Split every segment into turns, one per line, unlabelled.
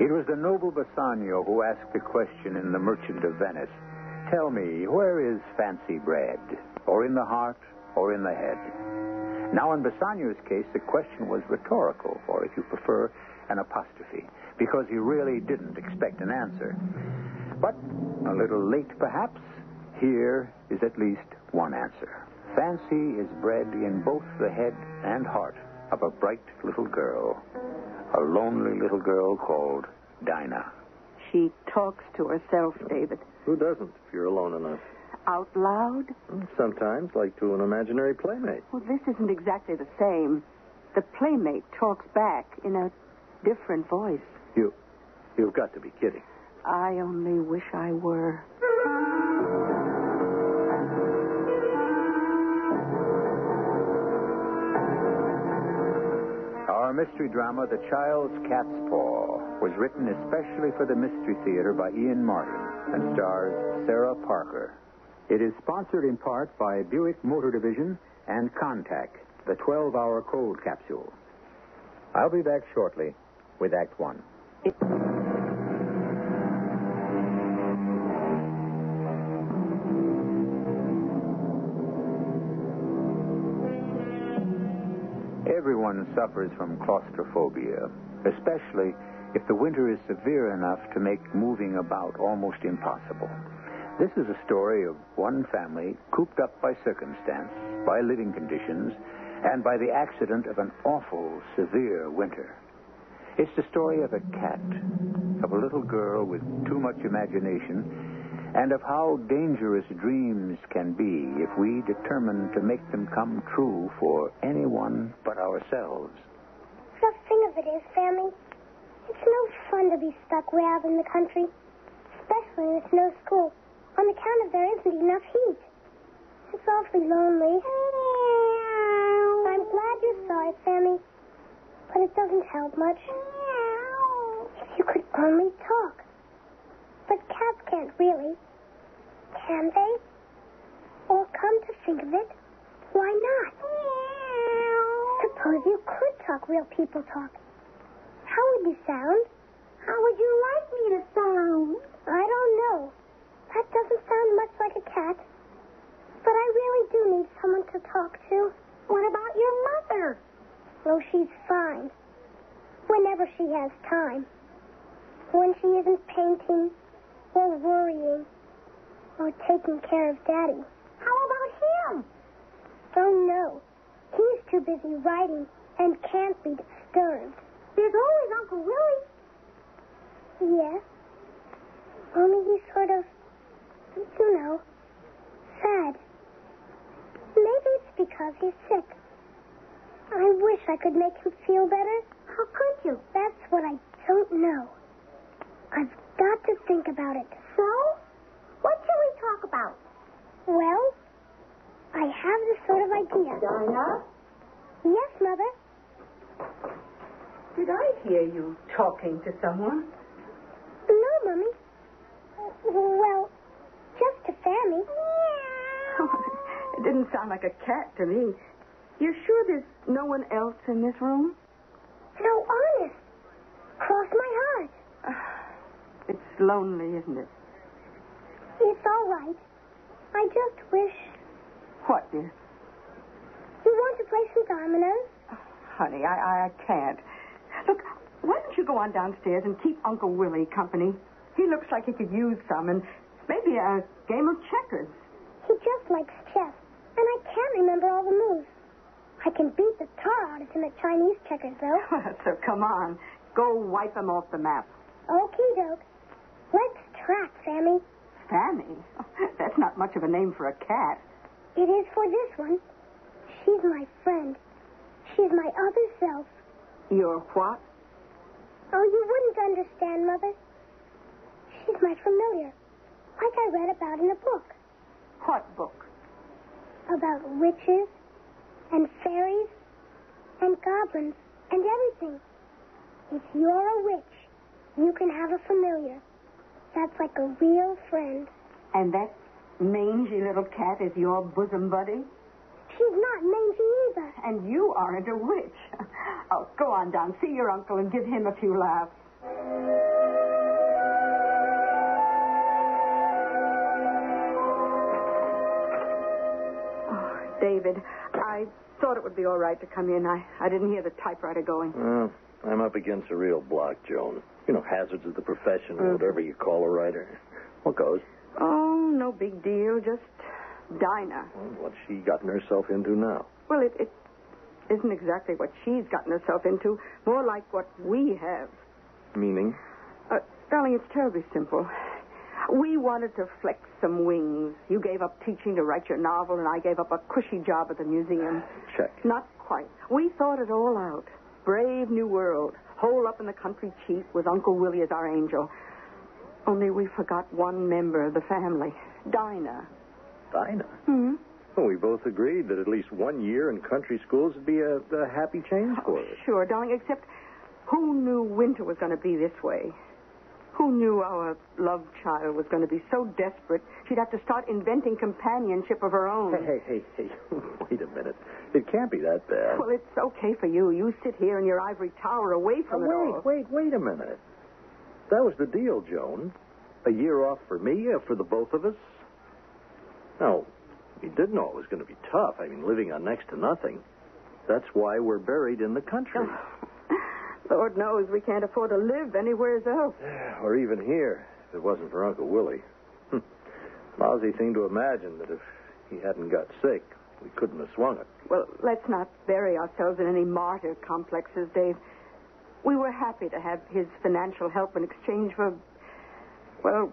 It was the noble Bassanio who asked the question in The Merchant of Venice Tell me, where is fancy bread? Or in the heart, or in the head? Now, in Bassanio's case, the question was rhetorical, or if you prefer, an apostrophe, because he really didn't expect an answer. But, a little late perhaps, here is at least one answer. Fancy is bred in both the head and heart of a bright little girl, a lonely little girl called Dinah.
She talks to herself, David.
Who doesn't if you're alone enough?
Out loud?
Sometimes, like to an imaginary playmate.
Well, this isn't exactly the same. The playmate talks back in a different voice.
You, you've got to be kidding.
I only wish I were.
Our mystery drama, The Child's Cat's Paw, was written especially for the Mystery Theater by Ian Martin and stars Sarah Parker. It is sponsored in part by Buick Motor Division and Contact, the 12 hour cold capsule. I'll be back shortly with Act One. Everyone suffers from claustrophobia, especially if the winter is severe enough to make moving about almost impossible. This is a story of one family cooped up by circumstance, by living conditions, and by the accident of an awful, severe winter. It's the story of a cat, of a little girl with too much imagination, and of how dangerous dreams can be if we determine to make them come true for anyone but ourselves.
The thing of it is, family, it's no fun to be stuck way out in the country, especially when it's no school, on account of there isn't enough heat. It's awfully lonely. I'm glad you saw it, Sammy, but it doesn't help much. If you could only talk. But cats can't really. Can they? Or come to think of it, why not? Suppose you could talk real people talk. How would you sound? How would you like me to sound? I don't know. That doesn't sound much like a cat. But I really do need someone to talk to. What about your mother? Oh, she's fine. Whenever she has time. When she isn't painting, or worrying, or taking care of Daddy. How about him? Oh, no. He's too busy writing and can't be disturbed. There's always Uncle Willie. Yes. Only he's sort of, you know, sad. Maybe it's because he's sick. I wish I could make him feel better. How could you? That's what I don't know. I've got to think about it. So? What shall we talk about? Well, I have this sort of idea.
Dinah,
Yes, Mother.
did I hear you talking to someone?
No, Mummy. Well, just to Sammy.
it didn't sound like a cat to me. You're sure there's no one else in this room?
No, honest. Cross my heart.
It's lonely, isn't it?
It's all right. I just wish.
What, dear?
You want to play some dominoes?
Honey, I, I, I can't. Look, why don't you go on downstairs and keep Uncle Willie company? He looks like he could use some, and maybe a game of checkers.
He just likes chess, and I can't remember all the moves. I can beat the tar out of him at Chinese checkers, though.
so come on, go wipe him off the map.
Okie doke. Let's track, Sammy.
Fanny? That's not much of a name for a cat.
It is for this one. She's my friend. She's my other self.
You're what?
Oh, you wouldn't understand, Mother. She's my familiar. Like I about in a book
What book?
about witches and fairies and goblins and everything. If you're a witch, you can have a familiar. That's like a real friend.
And that mangy little cat is your bosom buddy?
She's not mangy either.
And you aren't a witch. Oh, go on down, see your uncle and give him a few laughs. Oh, David, I thought it would be all right to come in. I, I didn't hear the typewriter going.
Well, I'm up against a real block, Joan. You know, hazards of the profession, or whatever you call a writer. What goes?
Oh, no big deal. Just Dinah.
Well, What's she gotten herself into now?
Well, it, it isn't exactly what she's gotten herself into. More like what we have.
Meaning?
Uh, darling, it's terribly simple. We wanted to flex some wings. You gave up teaching to write your novel, and I gave up a cushy job at the museum.
Check.
Not quite. We thought it all out. Brave new world. Hole up in the country cheap with Uncle Willie as our angel. Only we forgot one member of the family, Dinah.
Dinah.
Hmm.
Well, we both agreed that at least one year in country schools would be a, a happy change for us.
Oh, Sure, darling, except who knew winter was going to be this way? Who knew our love child was going to be so desperate she'd have to start inventing companionship of her own?
Hey, hey, hey, hey. Wait a minute. It can't be that bad.
Well, it's okay for you. You sit here in your ivory tower away
Now,
from it all.
wait, wait, wait a minute. That was the deal, Joan. A year off for me, uh, for the both of us. No, we did know it was going to be tough. I mean, living on next to nothing. That's why we're buried in the country,
Lord knows we can't afford to live anywhere else.
or even here. If it wasn't for Uncle Willie. Hmm. Lousy thing to imagine that if he hadn't got sick, we couldn't have swung it.
Well, let's not bury ourselves in any martyr complexes, Dave. We were happy to have his financial help in exchange for. Well,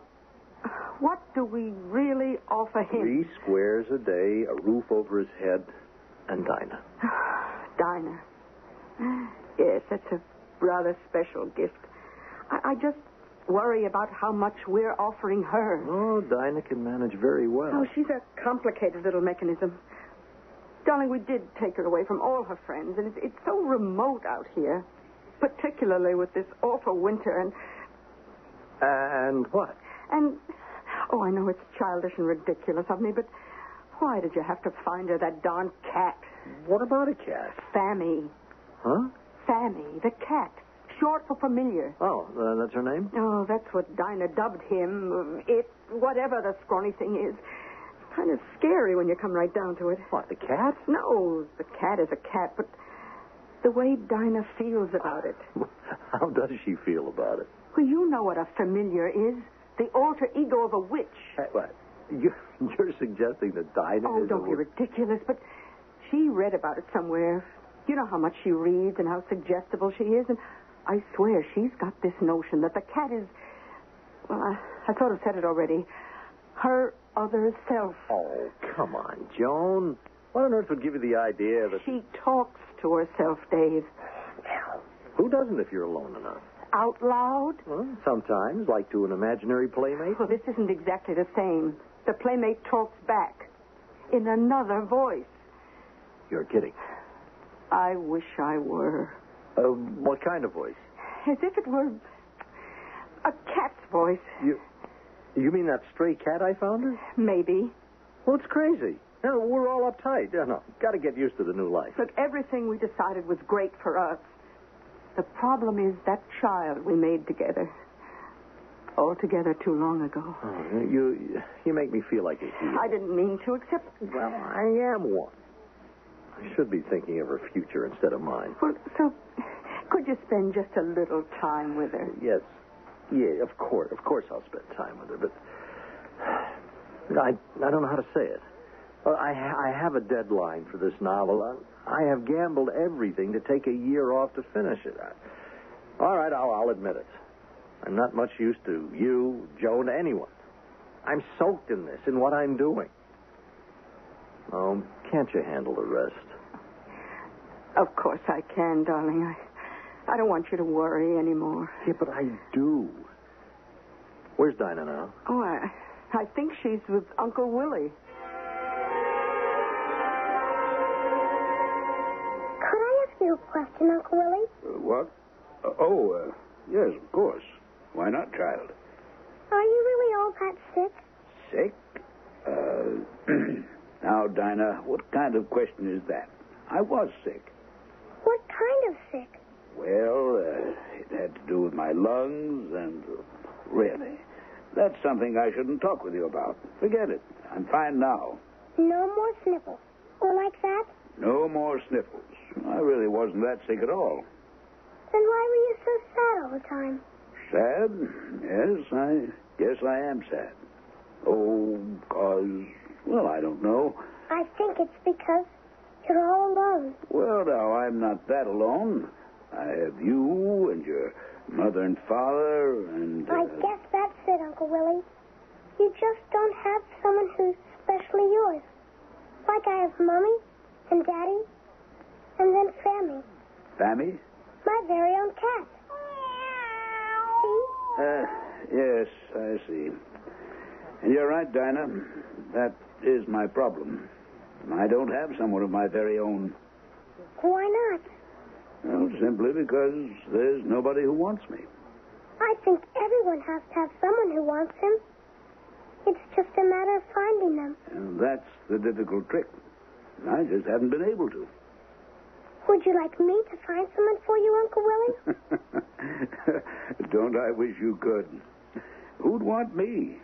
what do we really offer him?
Three squares a day, a roof over his head, and Dinah.
Dinah. Yes, that's a rather special gift. I, I just worry about how much we're offering her.
Oh, Dinah can manage very well.
Oh, she's a complicated little mechanism. Darling, we did take her away from all her friends, and it's, it's so remote out here, particularly with this awful winter and
And what?
and oh, I know it's childish and ridiculous of me, but why did you have to find her that darn cat,
What about a cat?
Fammy?
Huh?
Fammy, the cat, short for familiar.
Oh, uh, that's her name?
Oh, that's what Dinah dubbed him. It, whatever the scrawny thing is, kind of scary when you come right down to it.
What, the cat?
No, the cat is a cat, but the way Dinah feels about it.
How does she feel about it?
Well, you know what a familiar is the alter ego of a witch.
What? You, you're suggesting that Dinah
Oh,
is
don't
a...
be ridiculous, but she read about it somewhere. You know how much she reads and how suggestible she is, and I swear she's got this notion that the cat is. Well, I, I sort of said it already. Her other self.
Oh, come on, Joan. What on earth would give you the idea that...
She talks to herself, Dave,
Who doesn't if you're alone enough?
out loud.
Well, sometimes, like to an imaginary playmate.
Well, this isn't exactly the same. The playmate talks back in another voice.
You're kidding.
I wish I were.
Uh, what kind of voice?
As if it were a cat's voice,
You, you mean that stray cat I found her?
maybe.
Well, it's crazy. No, we're all uptight. No, no, got to get used to the new life.
Look, everything we decided was great for us. The problem is that child we made together. Altogether too long ago.
Oh, you, you make me feel like a hero.
I didn't mean to, except,
Well, I am one. I should be thinking of her future instead of mine.
well, so could you spend just a little time with her?
Yes. Yeah, of course. Of course I'll spend time with her, but I, I don't know how to say it. Well, I, I have a deadline for this novel. I, I have gambled everything to take a year off to finish it. I, all right, I'll, I'll admit it. I'm not much used to you, Joan, anyone. I'm soaked in this, in what I'm doing. Oh, can't you handle the rest?
Of course I can, darling. I, I don't want you to worry anymore.
Yeah, but I do. Where's Dinah now?
Oh, I, I think she's with Uncle Willie.
Could I ask you a question, Uncle Willie?
What? Uh, oh, uh, yes, of course. Why not, child?
Are you really all that sick?
Sick? Uh, now, Dinah, what kind of question is that? I was sick.
What kind of sick?
Well, uh, it had to do with my lungs, and really, that's something I shouldn't talk with you about. Forget it. I'm fine now.
No more sniffles. Or like that?
No more sniffles. I really wasn't that sick at all.
Then why were you so sad all the time?
Sad? Yes, I guess I am sad. Oh, 'cause well, I don't know.
I think it's because you're all alone.
Well, now, I'm not that alone. I have you and your mother and father and.
I
uh,
guess that's it, Uncle Willie. You just don't have someone who's specially yours. Like I have Mommy and Daddy and then Sammy,
Fammy?
my very own cat. See?
Uh, yes, I see. And you're right, Dinah. That is my problem. I don't have someone of my very own.
Why not?
Well, simply because there's nobody who wants me.
I think everyone has to have someone who wants him. It's just a matter of finding them.
And that's the difficult trick. I just haven't been able to.
Would you like me to find someone for you, Uncle Willie?
Don't I wish you could? Who'd want me?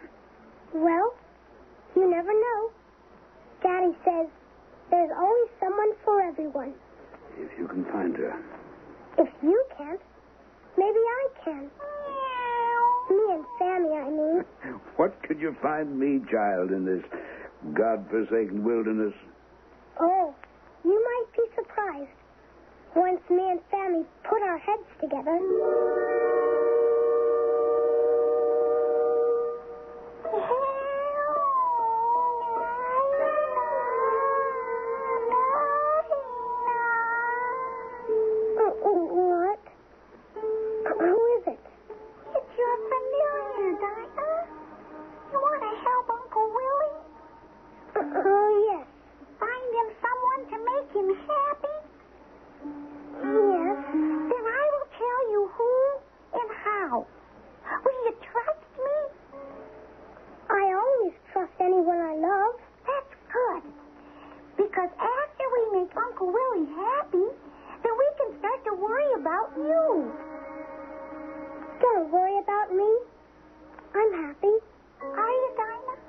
Well, you never know. Daddy says there's always someone for everyone.
If you can find her.
If you can't, maybe I can. Me and Sammy, I mean.
What could you find me, child, in this godforsaken wilderness?
Oh, you might be surprised. Once me and Sammy put our heads together. Oh, oh, What? Who is it? It's your familiar, Dinah. You want to help Uncle Willie? Oh, yes. Find him someone to make him happy? Yes. Then I will tell you who and how. Will you trust me? I always trust anyone I love. That's good. Because after we make Uncle Willie happy, then we can start to worry about you. Don't worry about me. I'm happy. Are you, Dinah?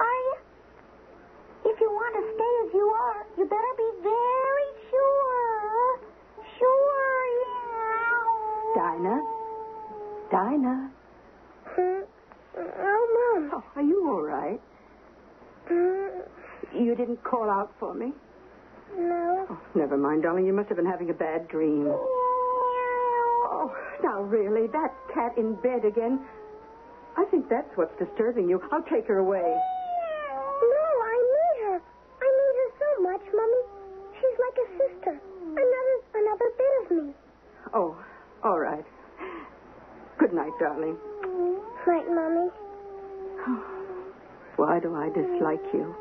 Are you? If you want to stay as you are, you better be very sure. Sure, yeah.
Dinah? Dinah?
Hmm? Oh, Mom.
Oh, are you all right?
Hmm?
You didn't call out for me?
No.
Oh, never mind, darling. You must have been having a bad dream. Oh, now really, that cat in bed again. I think that's what's disturbing you. I'll take her away.
No, I need her. I need her so much, Mommy. She's like a sister. Another, another bit of me.
Oh, all right. Good night, darling.
Right, Mommy.
Why do I dislike you?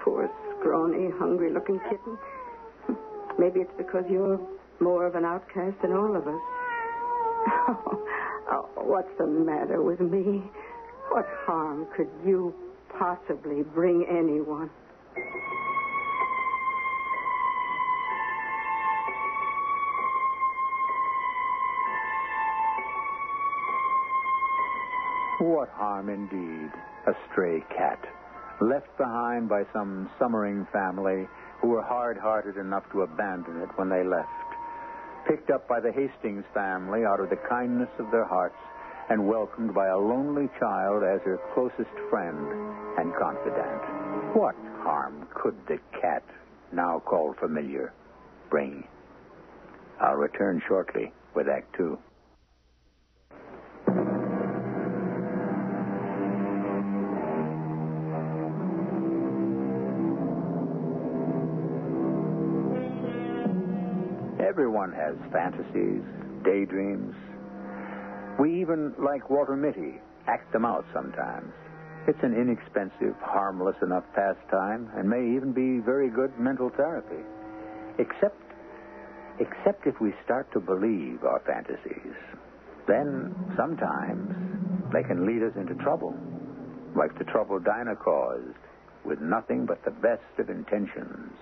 Poor, scrawny, hungry looking kitten. Maybe it's because you're more of an outcast than all of us. Oh, oh, what's the matter with me? What harm could you possibly bring anyone?
What harm indeed? A stray cat, left behind by some summering family who were hard hearted enough to abandon it when they left. Picked up by the Hastings family out of the kindness of their hearts and welcomed by a lonely child as her closest friend and confidant. What harm could the cat, now called familiar, bring? I'll return shortly with Act Two. Everyone has fantasies, daydreams. We even, like Walter Mitty, act them out sometimes. It's an inexpensive, harmless enough pastime and may even be very good mental therapy. Except, except if we start to believe our fantasies. Then, sometimes, they can lead us into trouble, like the trouble Dinah caused, with nothing but the best of intentions.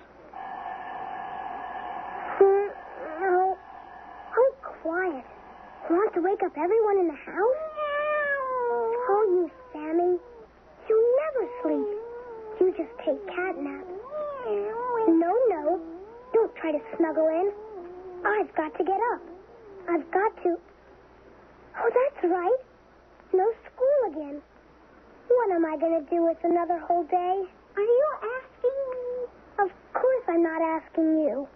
Hmm, No. Hold quiet. You want to wake up everyone in the house? Oh, you Sammy. You never sleep. You just take cat naps. No, no. Don't try to snuggle in. I've got to get up. I've got to. Oh, that's right. No school again. What am I going to do with another whole day? Are you asking me? Of course I'm not asking you.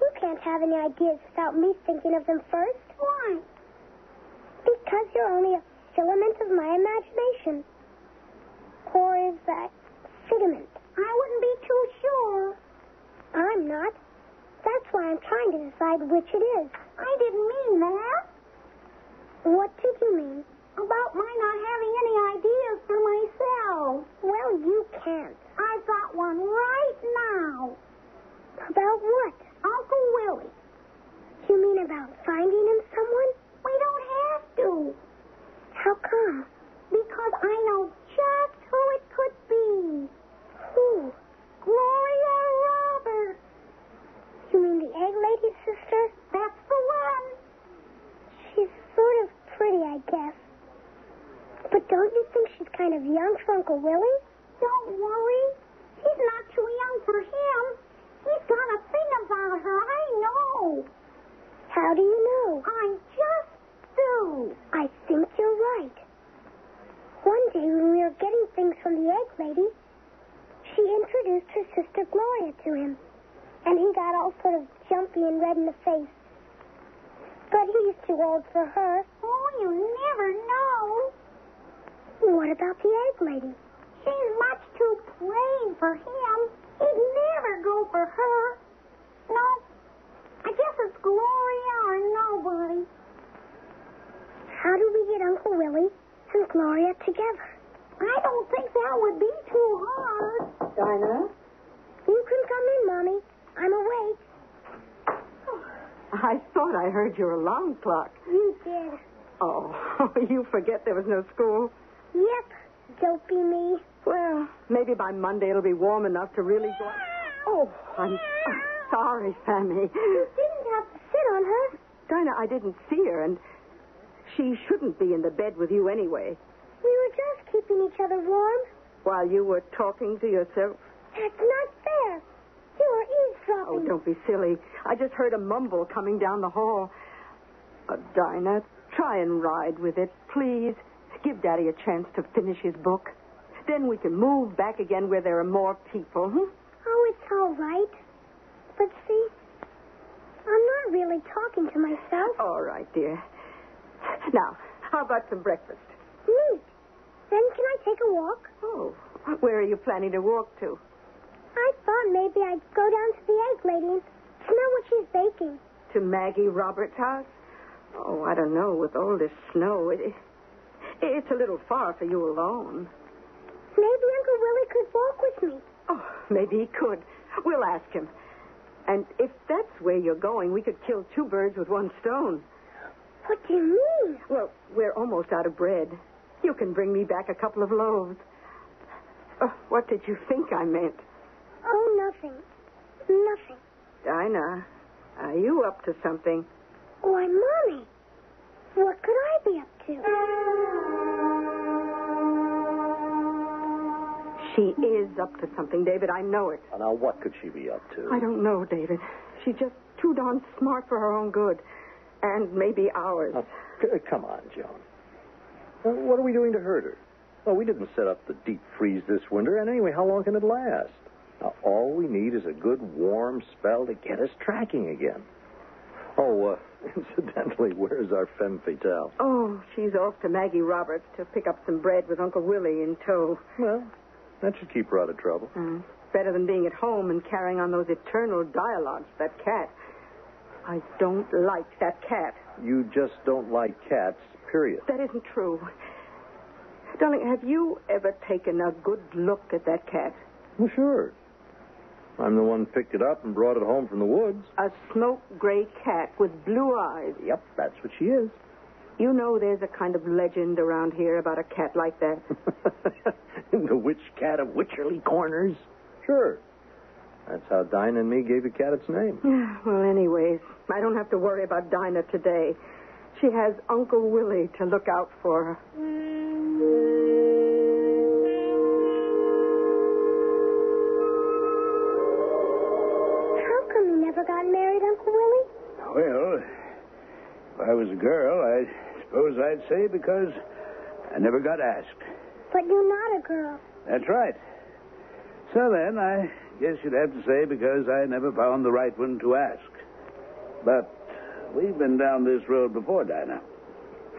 You can't have any ideas without me thinking of them first. Why? Because you're only a filament of my imagination. Or is that figment? I wouldn't be too sure. I'm not. That's why I'm trying to decide which it is. I didn't mean that. What did you mean? About my not having any ideas for myself. Well, you can't. I've got one right now. About what? Uncle Willie. You mean about finding him someone? We don't have to. How come? Because I know just who it could be. Who? Gloria Roberts. You mean the egg lady's sister? That's the one. She's sort of pretty, I guess. But don't you think she's kind of young for Uncle Willie? Don't worry. She's not too young for him. He's got a thing about her, I know. How do you know? I just do. I think you're right. One day when we were getting things from the egg lady, she introduced her sister Gloria to him. And he got all sort of jumpy and red in the face. But he's too old for her. Oh, you never know. What about the egg lady? She's much too plain for him. He'd never go for her. No, I guess it's Gloria or nobody. How do we get Uncle Willie and Gloria together? I don't think that would be too hard.
Dinah?
You can come in, Mommy. I'm awake.
I thought I heard your alarm clock.
You did.
Oh, you forget there was no school.
Yep. Don't be me.
Well, maybe by Monday it'll be warm enough to really go. Oh, I'm I'm sorry, Sammy.
You didn't have to sit on her.
Dinah, I didn't see her, and she shouldn't be in the bed with you anyway.
We were just keeping each other warm.
While you were talking to yourself.
That's not fair. You were
Oh,
eavesdropping.
don't be silly. I just heard a mumble coming down the hall. Uh, Dinah, try and ride with it, please. Give Daddy a chance to finish his book. Then we can move back again where there are more people. Hmm?
Oh, it's all right. But see, I'm not really talking to myself.
All right, dear. Now, how about some breakfast?
Neat. Then can I take a walk?
Oh, where are you planning to walk to?
I thought maybe I'd go down to the egg lady and smell what she's baking.
To Maggie Roberts' house? Oh, I don't know. With all this snow, it, it- it's a little far for you alone.
Maybe Uncle Willie could walk with me.
Oh, maybe he could. We'll ask him. And if that's where you're going, we could kill two birds with one stone.
What do you mean?
Well, we're almost out of bread. You can bring me back a couple of loaves. Oh, what did you think I meant?
Oh, nothing. Nothing.
Dinah, are you up to something?
Why, Mommy, what could I be up to?
She is up to something, David. I know it.
Now, what could she be up to?
I don't know, David. She's just too darn smart for her own good. And maybe ours.
Now, c- uh, come on, Joan. Uh, What are we doing to hurt her? Well, we didn't set up the deep freeze this winter, and anyway, how long can it last? Now, all we need is a good warm spell to get us tracking again. Oh, uh, incidentally, where's our femme fatale?
Oh, she's off to Maggie Roberts to pick up some bread with Uncle Willie in tow.
Well, that should keep her out of trouble.
Mm, better than being at home and carrying on those eternal dialogues, that cat. I don't like that cat.
You just don't like cats, period.
That isn't true. Darling, have you ever taken a good look at that cat?
Well, sure. I'm the one picked it up and brought it home from the woods.
A smoke gray cat with blue eyes.
Yep, that's what she is.
You know there's a kind of legend around here about a cat like that.
the witch cat of Witcherly Corners. Sure. That's how Dinah and me gave the cat its name.
Yeah, well, anyways, I don't have to worry about Dinah today. She has Uncle Willie to look out for her.
How come you never got married, Uncle Willie?
Well, if I was a girl, I suppose I'd say because I never got asked.
But you're not a girl.
That's right. So then, I guess you'd have to say because I never found the right one to ask. But we've been down this road before, Dinah.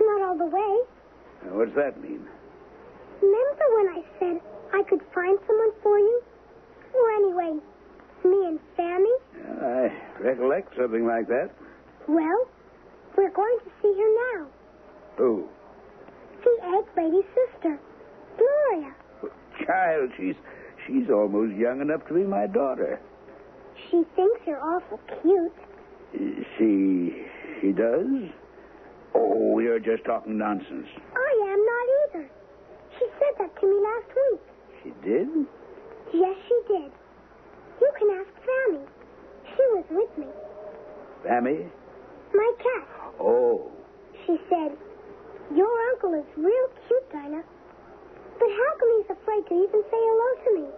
Not all the way.
Now, what's that mean?
Remember when I said I could find someone for you? Well, anyway, me and Sammy?
Well, I recollect something like that.
Well, we're going to see her now.
Who?
The egg lady's sister, Gloria.
Child, she's she's almost young enough to be my daughter.
She thinks you're awful cute.
She she does? Oh, you're just talking nonsense.
I am not either. She said that to me last week.
She did?
Yes, she did. You can ask Sammy. She was with me.
Sammy?
My cat.
Oh.
She said, Your uncle is real cute, Dinah. But how come he's afraid to even say hello to me?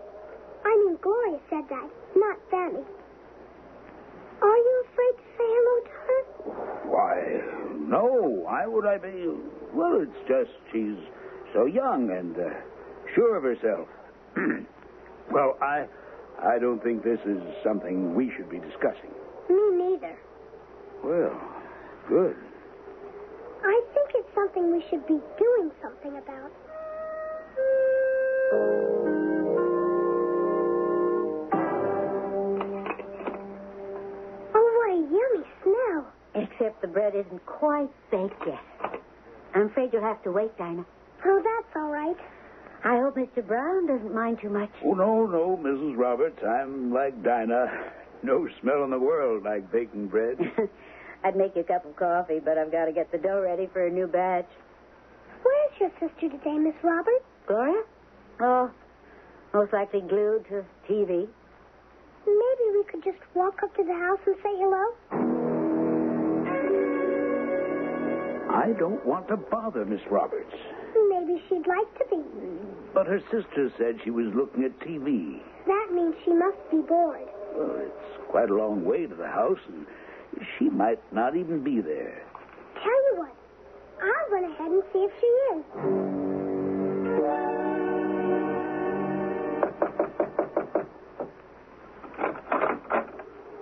I mean, Gloria said that, not Sammy. Are you afraid to say hello to her?
Why, no. Why would I be? Well, it's just she's so young and uh, sure of herself. well, I, I don't think this is something we should be discussing.
Me neither.
Well, good.
I think it's something we should be doing something about. Oh, what a yummy smell.
Except the bread isn't quite baked yet. I'm afraid you'll have to wait, Dinah.
Oh, that's all right.
I hope Mr. Brown doesn't mind too much.
Oh no, no, Mrs. Roberts. I'm like Dinah. No smell in the world like baking bread.
I'd make you a cup of coffee, but I've got to get the dough ready for a new batch.
Where's your sister today, Miss Roberts?
Gloria? Oh, most likely glued to TV.
Maybe we could just walk up to the house and say hello.
I don't want to bother Miss Roberts.
Maybe she'd like to be.
But her sister said she was looking at TV.
That means she must be bored.
Well, Oh, it's quite a long way to the house, and she might not even be there.
Tell you what, I'll run ahead and see if she is.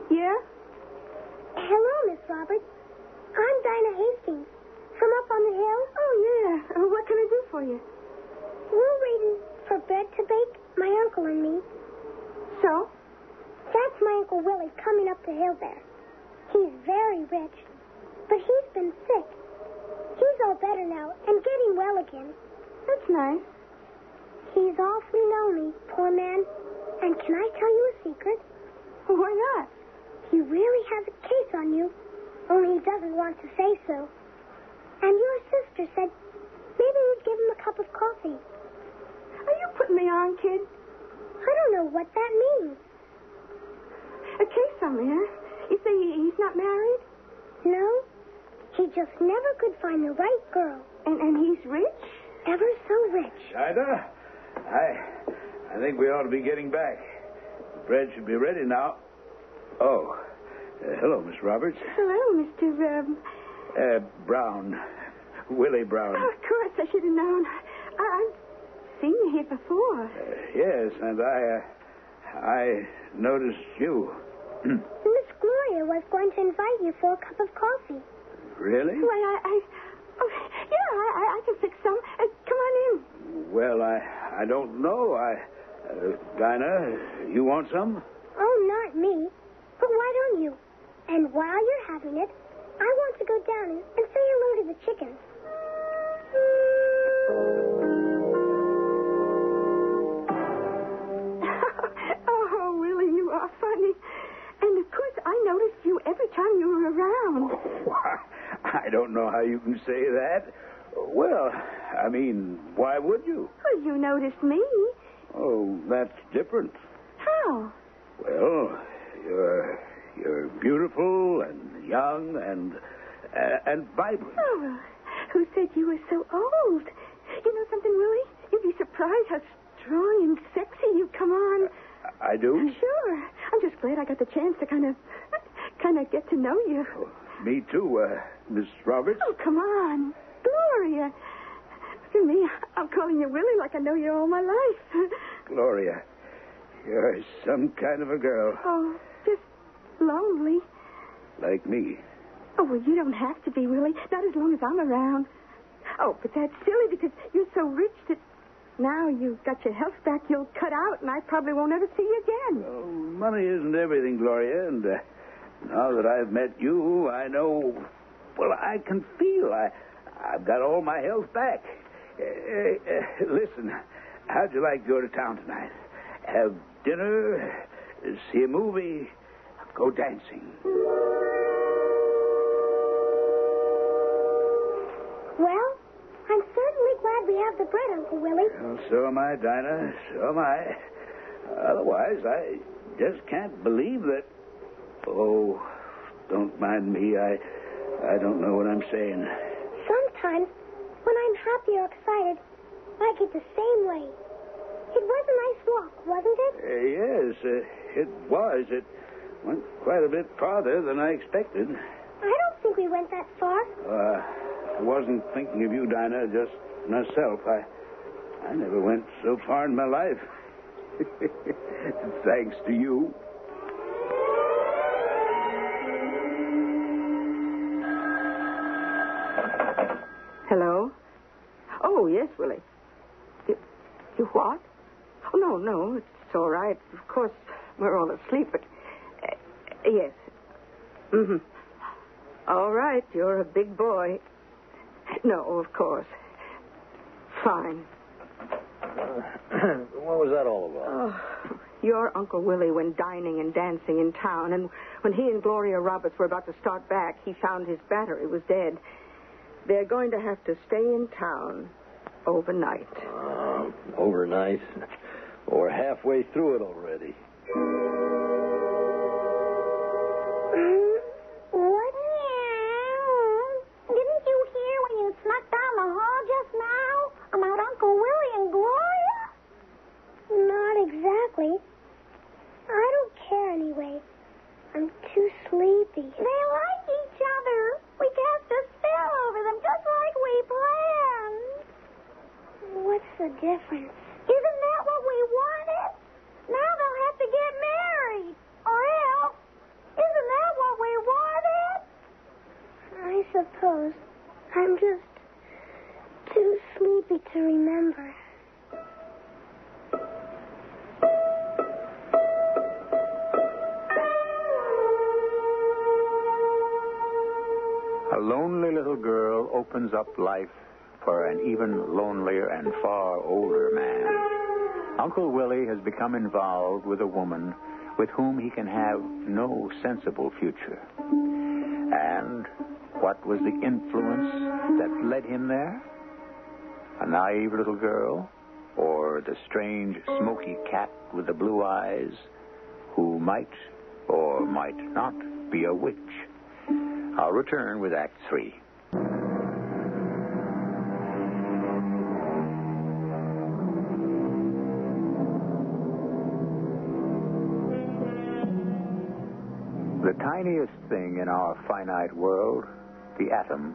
Yeah?
Hello, Miss Roberts. I'm Dinah Hastings from up on the hill.
Oh, yeah. Uh, What can I do for you?
We're waiting for bread to bake, my uncle and me.
So?
That's my Uncle Willie coming up the hill there. He's very rich, but he's been sick. He's all better now and getting well again.
That's nice.
He's awfully lonely, poor man. And can I tell you a secret?
Why not?
He really has a case on you, only he doesn't want to say so. And your sister said maybe we'd give him a cup of coffee.
Are you putting me on, kid?
I don't know what that means.
A case on me, huh? You say he- he's not married?
No, he just never could find the right girl.
And, and he's rich?
Ever so rich.
Dinah, I, I think we ought to be getting back. The bread should be ready now. Oh, uh, hello, Miss Roberts.
Hello, Mr. Um,
Uh, Brown, Willie Brown.
oh, of course, I should have known. I, I've seen you here before.
Uh, yes, and I, uh, I noticed you.
Miss Gloria was going to invite you for a cup of coffee.
really?
Why, I, I oh, yeah, I, I, I can fix some. Uh, come on in.
Well, I, I don't know. I, uh, Dinah, you want some?
Oh, not me. But why don't you? And while you're having it, I want to go down and, and say hello to the chickens.
Oh,
I don't know how you can say that. Well, I mean, why would you?
Well, you noticed me.
Oh, that's different.
How?
Well, you're you're beautiful and young and uh, and vibrant.
Oh, who said you were so old? You know something, Willie? You'd be surprised how strong and sexy you come on.
I do.
Sure. I'm just glad I got the chance to kind of, kind of get to know you.
Me too, uh, Miss Roberts.
Oh, come on. Gloria. Look at me. I'm calling you Willie like I know you all my life.
Gloria, you're some kind of a girl
Oh, just lonely.
like me.
Oh, well, you don't have to be, Willie. Not as long as I'm around. Oh, but that's silly because you're so rich that now you've got your health back, you'll cut out, and I probably won't ever see you again.
Oh, money isn't everything, Gloria, and uh, now that I've met you, I know. Well, I can feel. I, I've got all my health back. Uh, uh, listen, how'd you like to go to town tonight? Have dinner, see a movie, go dancing.
Well, I'm certainly glad we have the bread, Uncle Willie.
Well, so am I, Dinah. So am I. Otherwise, I just can't believe that. Oh, don't mind me. I, I don't know what I'm saying.
Sometimes, when I'm happy or excited, I get the same way. It was a nice walk, wasn't it?
Uh, yes, uh, it was. It went quite a bit farther than I expected.
I don't think we went that far.
Uh, I wasn't thinking of you, Dinah, just myself. I, I never went so far in my life. Thanks to you.
Hello? Oh, yes, Willie. You, you what? Oh, no, no, it's all right. Of course, we're all asleep, but. Uh, yes.
Mm-hmm.
Mm hmm. All right, you're a big boy. No, of course. Fine.
what was that all about?
Oh, your Uncle Willie, when dining and dancing in town, and when he and Gloria Roberts were about to start back, he found his battery was dead. They're going to have to stay in town overnight.
Um, overnight. Or halfway through it already.
Mm, What? Didn't you hear when you snuck down the hall just now about Uncle Willie and Gloria? Not exactly. I don't care anyway. I'm too sleepy. They like each other. We cast a spell over them just like we planned. What's the difference? Isn't that what we wanted? Now they'll have to get married. Or else. Isn't that what we wanted? I suppose. I'm just too sleepy to remember.
A lonely little girl opens up life for an even lonelier and far older man. Uncle Willie has become involved with a woman with whom he can have no sensible future. And what was the influence that led him there? A naive little girl? Or the strange, smoky cat with the blue eyes who might or might not be a witch? I'll return with Act Three. The tiniest thing in our finite world, the atom,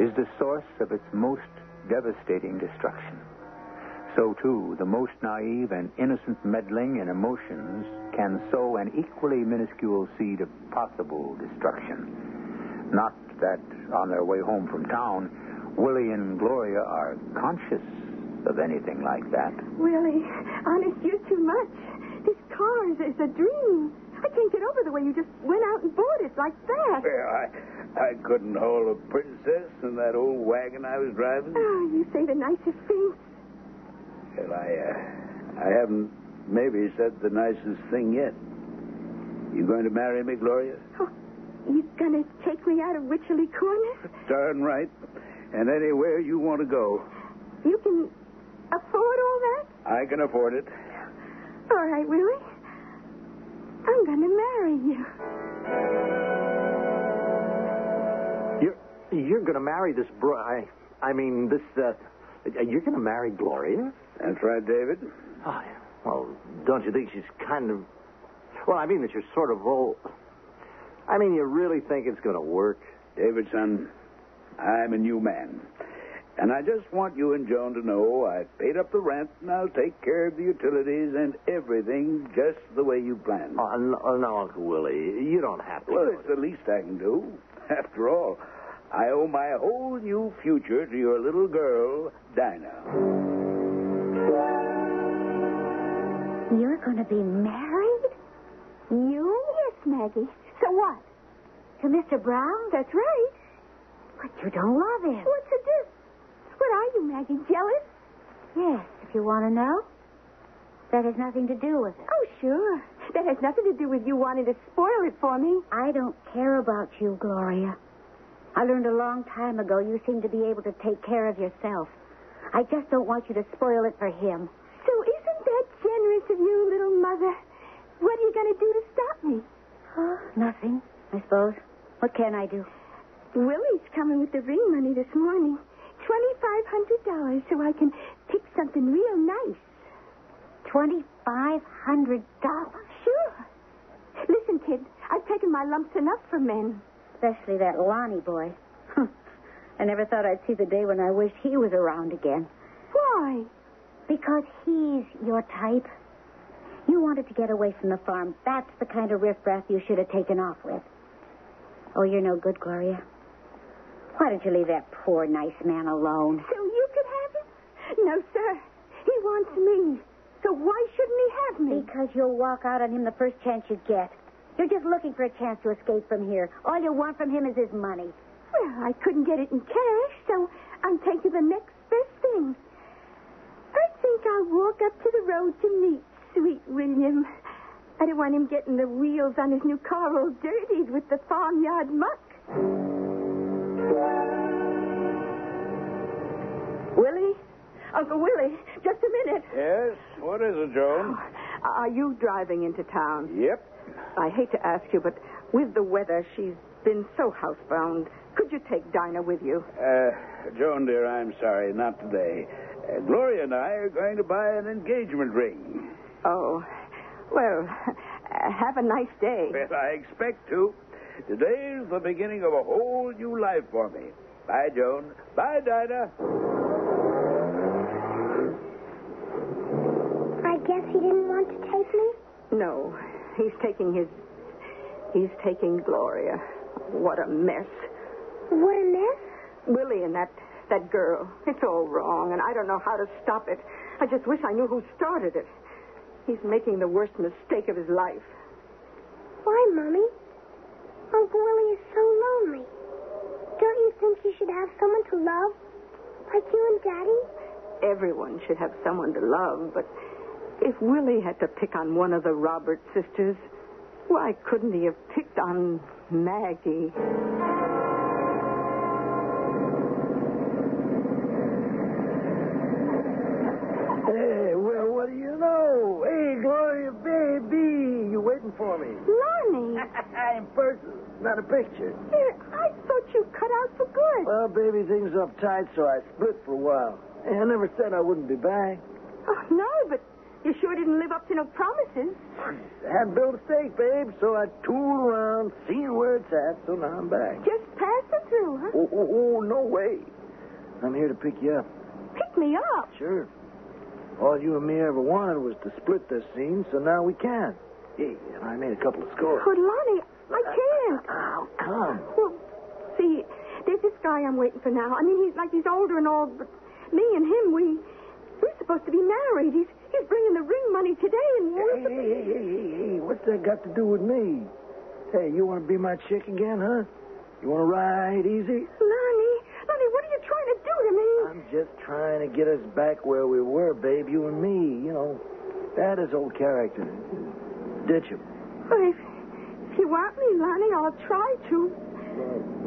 is the source of its most devastating destruction. So, too, the most naive and innocent meddling in emotions can sow an equally minuscule seed of possible destruction. Not that on their way home from town, Willie and Gloria are conscious of anything like that.
Willie, honest, you're too much. This car is, is a dream. I can't get over the way you just went out and bought it like that.
Well, I, I couldn't hold a princess in that old wagon I was driving.
Oh, you say the nicest things.
Well, I, uh, I haven't maybe said the nicest thing yet. You going to marry me, Gloria?
Oh, You gonna take me out of Witcherly Corners?
Darn right. And anywhere you want to go,
You can afford all that?
I can afford it.
All right, Willie. I'm gonna marry you.
You're you're going to marry this bro. I, I mean this. Uh, you're going to marry Gloria.
That's right, David.
Oh, yeah. well, don't you think she's kind of? Well, I mean that you're sort of old. I mean, you really think it's going to work?
David, son, I'm a new man. And I just want you and Joan to know I paid up the rent and I'll take care of the utilities and everything just the way you planned.
Oh, no, oh, no, Uncle Willie, you don't have to.
Well,
know
it's the least I can do. After all, I owe my whole new future to your little girl, Dinah.
You're going to be married? You?
Yes, Maggie. So what?
To Mr. Brown?
That's right.
But you don't love him.
What's the diff? What are you, Maggie? Jealous?
Yes, if you want to know. That has nothing to do with it.
Oh, sure. That has nothing to do with you wanting to spoil it for me.
I don't care about you, Gloria. I learned a long time ago you seem to be able to take care of yourself. I just don't want you to spoil it for him.
So isn't that generous of you, little mother? What are you going to do to stop me?
Nothing, I suppose. What can I do?
Willie's coming with the ring money this morning. $2,500 so I can pick something real nice.
Twenty-five hundred dollars,
Sure. Listen, kid, I've taken my lumps enough for men.
especially that Lonnie boy. I never thought I'd see the day when I wished he was around again.
Why?
Because he's your type. You wanted to get away from the farm. That's the kind of riffraff you should have taken off with. Oh, you're no good, Gloria. Why don't you leave that poor, nice man alone?
So you could have him? No, sir. He wants me. So why shouldn't he have me?
Because you'll walk out on him the first chance you get. You're just looking for a chance to escape from here. All you want from him is his money.
Well, I couldn't get it in cash, so I'm taking the next best thing. I think I'll walk up to the road to meet sweet William. I don't want him getting the wheels on his new car all dirtied with the farmyard muck. Willie? Uncle Willie, just a minute.
Yes? What is it, Joan?
Oh, Are you driving into town?
Yep.
I hate to ask you, but with the weather, she's been so housebound. Could you take Dinah with you?
Uh, Joan, dear, I'm sorry. Not today. Uh, Gloria and I are going to buy an engagement ring.
Oh, well, have a nice day.
Well, I expect to. Today's the beginning of a whole new life for me. Bye, Joan. Bye, Dinah.
I guess he didn't want to take me.
No, he's taking his. He's taking Gloria. What a mess.
What a mess.
Willie and that that girl. It's all wrong, and I don't know how to stop it. I just wish I knew who started it. He's making the worst mistake of his life.
Why, Mommy? Uncle Willie is so lonely. Don't you think he should have someone to love? Like you and Daddy?
Everyone should have someone to love, but if Willie had to pick on one of the Robert sisters, why couldn't he have picked on Maggie?
Hey, well, what do you know? Hey, Gloria, baby, you waiting for me?
Lonnie,
In person, not a picture.
dear, I thought you cut out for good.
Well, baby, things are uptight, so I split for a while. Hey, I never said I wouldn't be back.
Oh, no, but you sure didn't live up to no promises.
I had built a stake, babe, so I tooled around, seeing where it's at, so now I'm back.
Just passing through, huh?
Oh, oh, oh, no way. I'm here to pick you up.
Pick me up.
Sure. All you and me ever wanted was to split this scene, so now we can. Hey, and I made a couple of scores.
Oh, Lonnie, I can't.
How come?
Well, see, there's this guy I'm waiting for now. I mean, he's like he's older and all, but me and him, we we're supposed to be married. He's he's bringing the ring money today, and
Hey,
we're
hey, hey, hey, hey, hey, what's that got to do with me? Hey, you want to be my chick again, huh? You want to ride easy?
Lonnie, Lonnie, what are you trying to do to me?
I'm just trying to get us back where we were, babe, you and me. You know, that is old character. Ditch him.
Well, if, if you want me, Lonnie, I'll try to.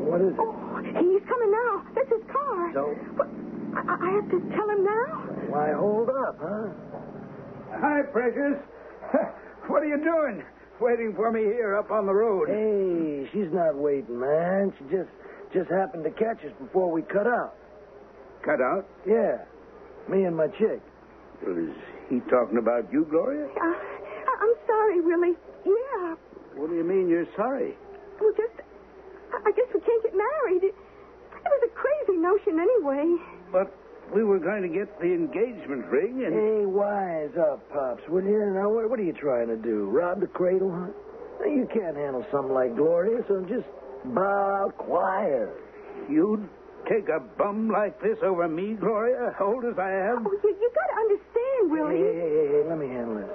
What is it?
Oh, he's coming now. That's his car.
No.
What? I, I have to tell him now?
Why, hold up, huh?
Hi, Precious. What are you doing? Waiting for me here up on the road.
Hey, she's not waiting, man. She just just happened to catch us before we cut out.
Cut out?
Yeah, me and my chick.
Is he talking about you, Gloria?
Uh, I, I'm sorry, Willie. Yeah.
What do you mean you're sorry?
Well, just, I I guess we can't get married. It, it was a crazy notion anyway.
But we were going to get the engagement ring and.
Hey, wise up, pops, will you? Now, what, what are you trying to do? Rob the cradle, huh? Now, You can't handle something like Gloria, so just bow out quiet.
You'd take a bum like this over me, Gloria, old as I am?
Oh, you, you got to understand,
Hey,
Willie.
hey, hey, hey, let me handle this.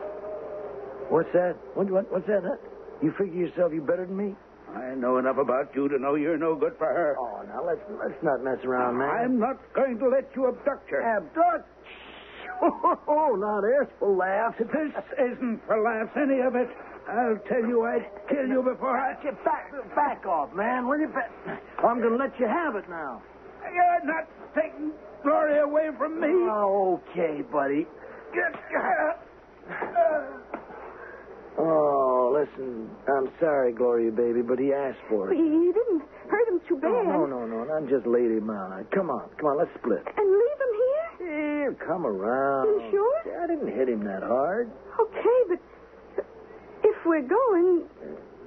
What's that? What, what, what's that, huh? You figure yourself you better than me?
I know enough about you to know you're no good for her.
Oh, now let's let's not mess around, man.
I'm not going to let you abduct her.
Abduct? Oh, now there's for laughs.
This isn't for laughs, any of it. I'll tell you I'd kill you before I.
Get back, back off, man. Will you? Back? I'm going to let you have it now.
You're not taking Gloria away from me.
Oh, okay, buddy.
Get
Oh, listen. I'm sorry, Gloria, baby, but he asked for
Well,
it.
You, you didn't hurt him too bad.
No, no, no, no. I'm just laid him out. Come on, come on. Let's split.
And leave him here?
Yeah, come around.
You sure?
Yeah, I didn't hit him that hard.
Okay, but if we're going,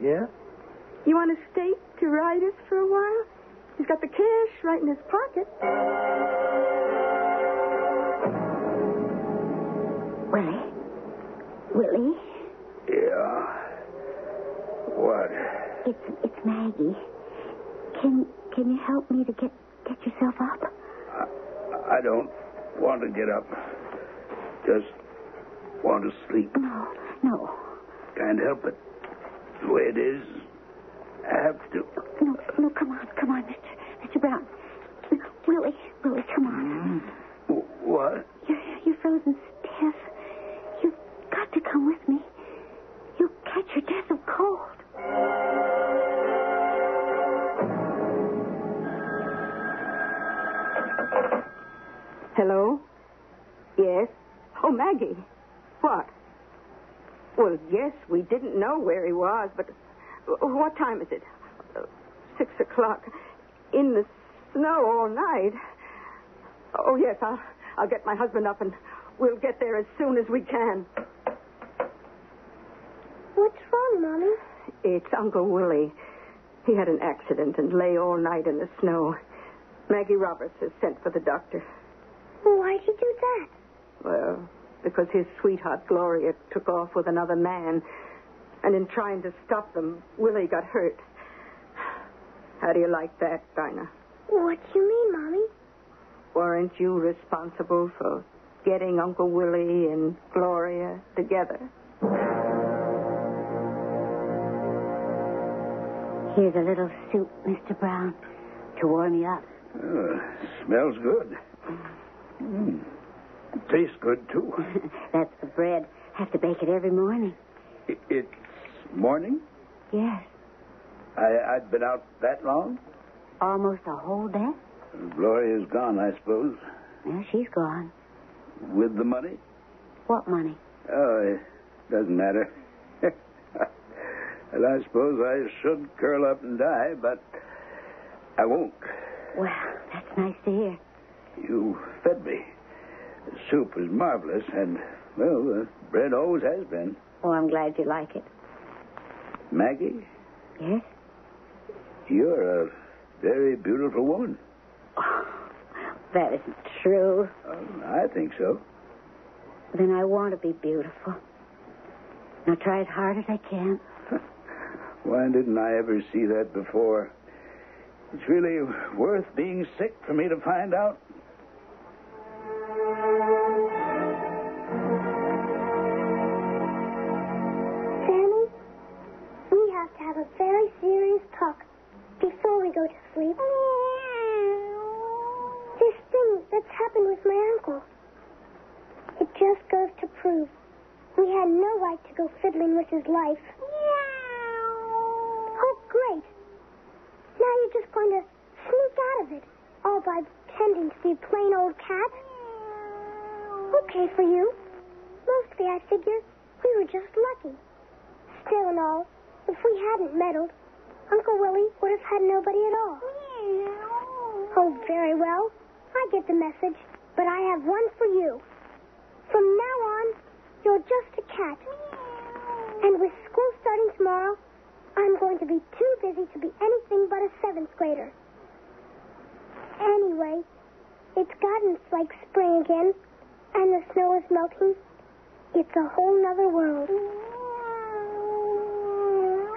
Yeah.
you want to stay to ride us for a while? He's got the cash right in his pocket.
Willie? Willie?
Yeah. What?
It's it's Maggie. Can can you help me to get get yourself up?
I, I don't want to get up. Just want to sleep.
No, no,
Can't help it. The way it is, I have to.
no, no. Come on, come on, Mister Mister Brown. Willie, Willie, come on.
Hmm? W- What?
You're you're frozen stiff. You've got to come with me. You'll catch your death of cold.
Hello? Yes? Oh, Maggie. What? Well, yes, we didn't know where he was, but what time is it? Uh, Six o'clock. In the snow all night. Oh, yes, I'll, I'll get my husband up and we'll get there as soon as we can.
What's wrong, Mommy?
It's Uncle Willie. He had an accident and lay all night in the snow. Maggie Roberts has sent for the doctor.
Why'd you do that?
Well, because his sweetheart, Gloria, took off with another man. And in trying to stop them, Willie got hurt. How do you like that, Dinah?
What do you mean, Mommy?
Weren't you responsible for getting Uncle Willie and Gloria together?
Here's a little soup, Mister Brown, to warm you up.
Uh, smells good. Mm. Tastes good, too.
That's the bread. Have to bake it every morning.
I- It's morning?
Yes,
I, I'd been out that long?
almost a whole day.
Gloria's gone, I suppose.
Well, she's gone.
With the money?
What money?
Oh, it doesn't matter. and I suppose I should curl up and die, but I won't.
Well, that's nice to hear.
You fed me. The soup is marvelous, and, well, the bread always has been.
Oh, I'm glad you like it.
Maggie,
Yes?
you're a very beautiful woman.
Oh, That isn't true.
Um, I think so.
Then I want to be beautiful. Now try as hard as I can.
Why didn't I ever see that before? It's really worth being sick for me to find out.
Sammy, we have to have a very serious talk before we go to sleep. This thing that's happened with my uncle, it just goes to prove we had no right to go fiddling with his life. Oh, great. Now you're just going to sneak out of it, all by pretending to be a plain old cat. Okay for you. Mostly, I figure, we were just lucky. Still and all, if we hadn't meddled, Uncle Willie would have had nobody at all. Oh, very well. I get the message, but I have one for you. From now on, you're just a cat. And with school starting tomorrow, I'm going to be too busy to be anything but a seventh grader. Anyway, it's gotten like spring again, and the snow is melting. It's a whole nother world.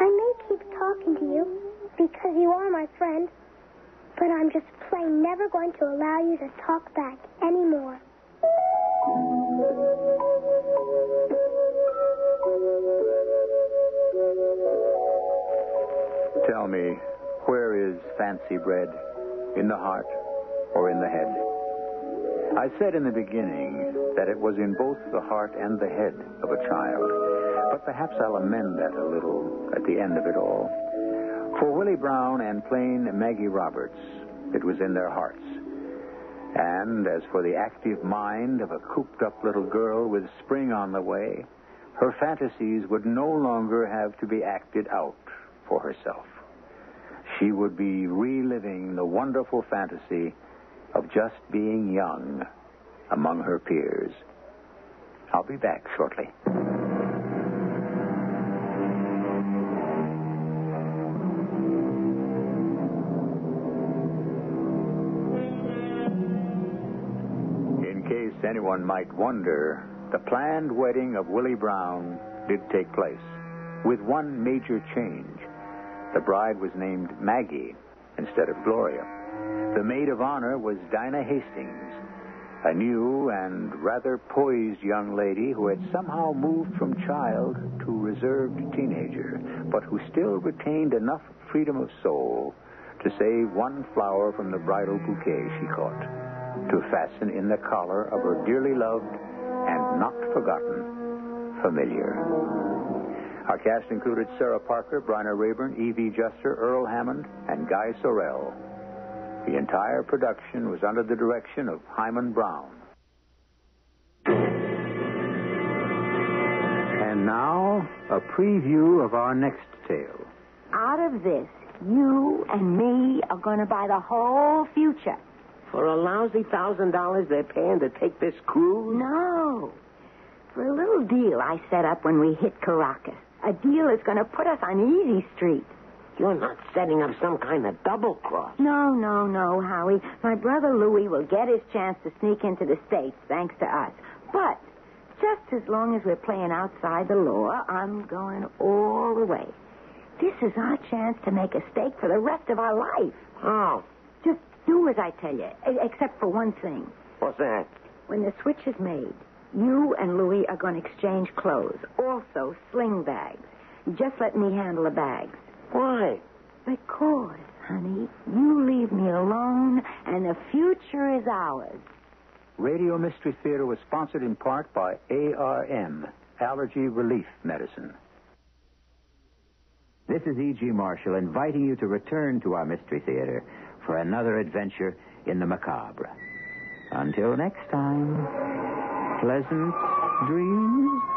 I may keep talking to you because you are my friend, but I'm just plain never going to allow you to talk back anymore.
Tell me, where is fancy bread? In the heart or in the head? I said in the beginning that it was in both the heart and the head of a child. But perhaps I'll amend that a little at the end of it all. For Willie Brown and plain Maggie Roberts, it was in their hearts. And as for the active mind of a cooped up little girl with spring on the way, her fantasies would no longer have to be acted out for herself. She would be reliving the wonderful fantasy of just being young among her peers. I'll be back shortly. In case anyone might wonder, the planned wedding of Willie Brown did take place, with one major change. The bride was named Maggie instead of Gloria. The maid of honor was Dinah Hastings, a new and rather poised young lady who had somehow moved from child to reserved teenager, but who still retained enough freedom of soul to save one flower from the bridal bouquet she caught, to fasten in the collar of her dearly loved and not forgotten familiar. Our cast included Sarah Parker, Bryna Rayburn, Evie Juster, Earl Hammond, and Guy Sorrell. The entire production was under the direction of Hyman Brown. And now, a preview of our next tale.
Out of this, you and me are going to buy the whole future.
For a lousy thousand dollars they're paying to take this cruise?
No. For a little deal I set up when we hit Caracas. A deal that's going to put us on easy street.
You're not setting up some kind of double cross.
No, no, no, Howie. My brother Louis will get his chance to sneak into the States thanks to us. But just as long as we're playing outside the law, I'm going all the way. This is our chance to make a stake for the rest of our life.
How?
Just do as I tell you, e- except for one thing.
What's that?
When the switch is made, you and Louis are going to exchange clothes, also sling bags. Just let me handle the bags.
Why?
Because, honey, you leave me alone and the future is ours.
Radio Mystery Theater was sponsored in part by ARM, Allergy Relief Medicine.
This is E.G. Marshall inviting you to return to our Mystery Theater for another adventure in the macabre. Until next time, pleasant dreams.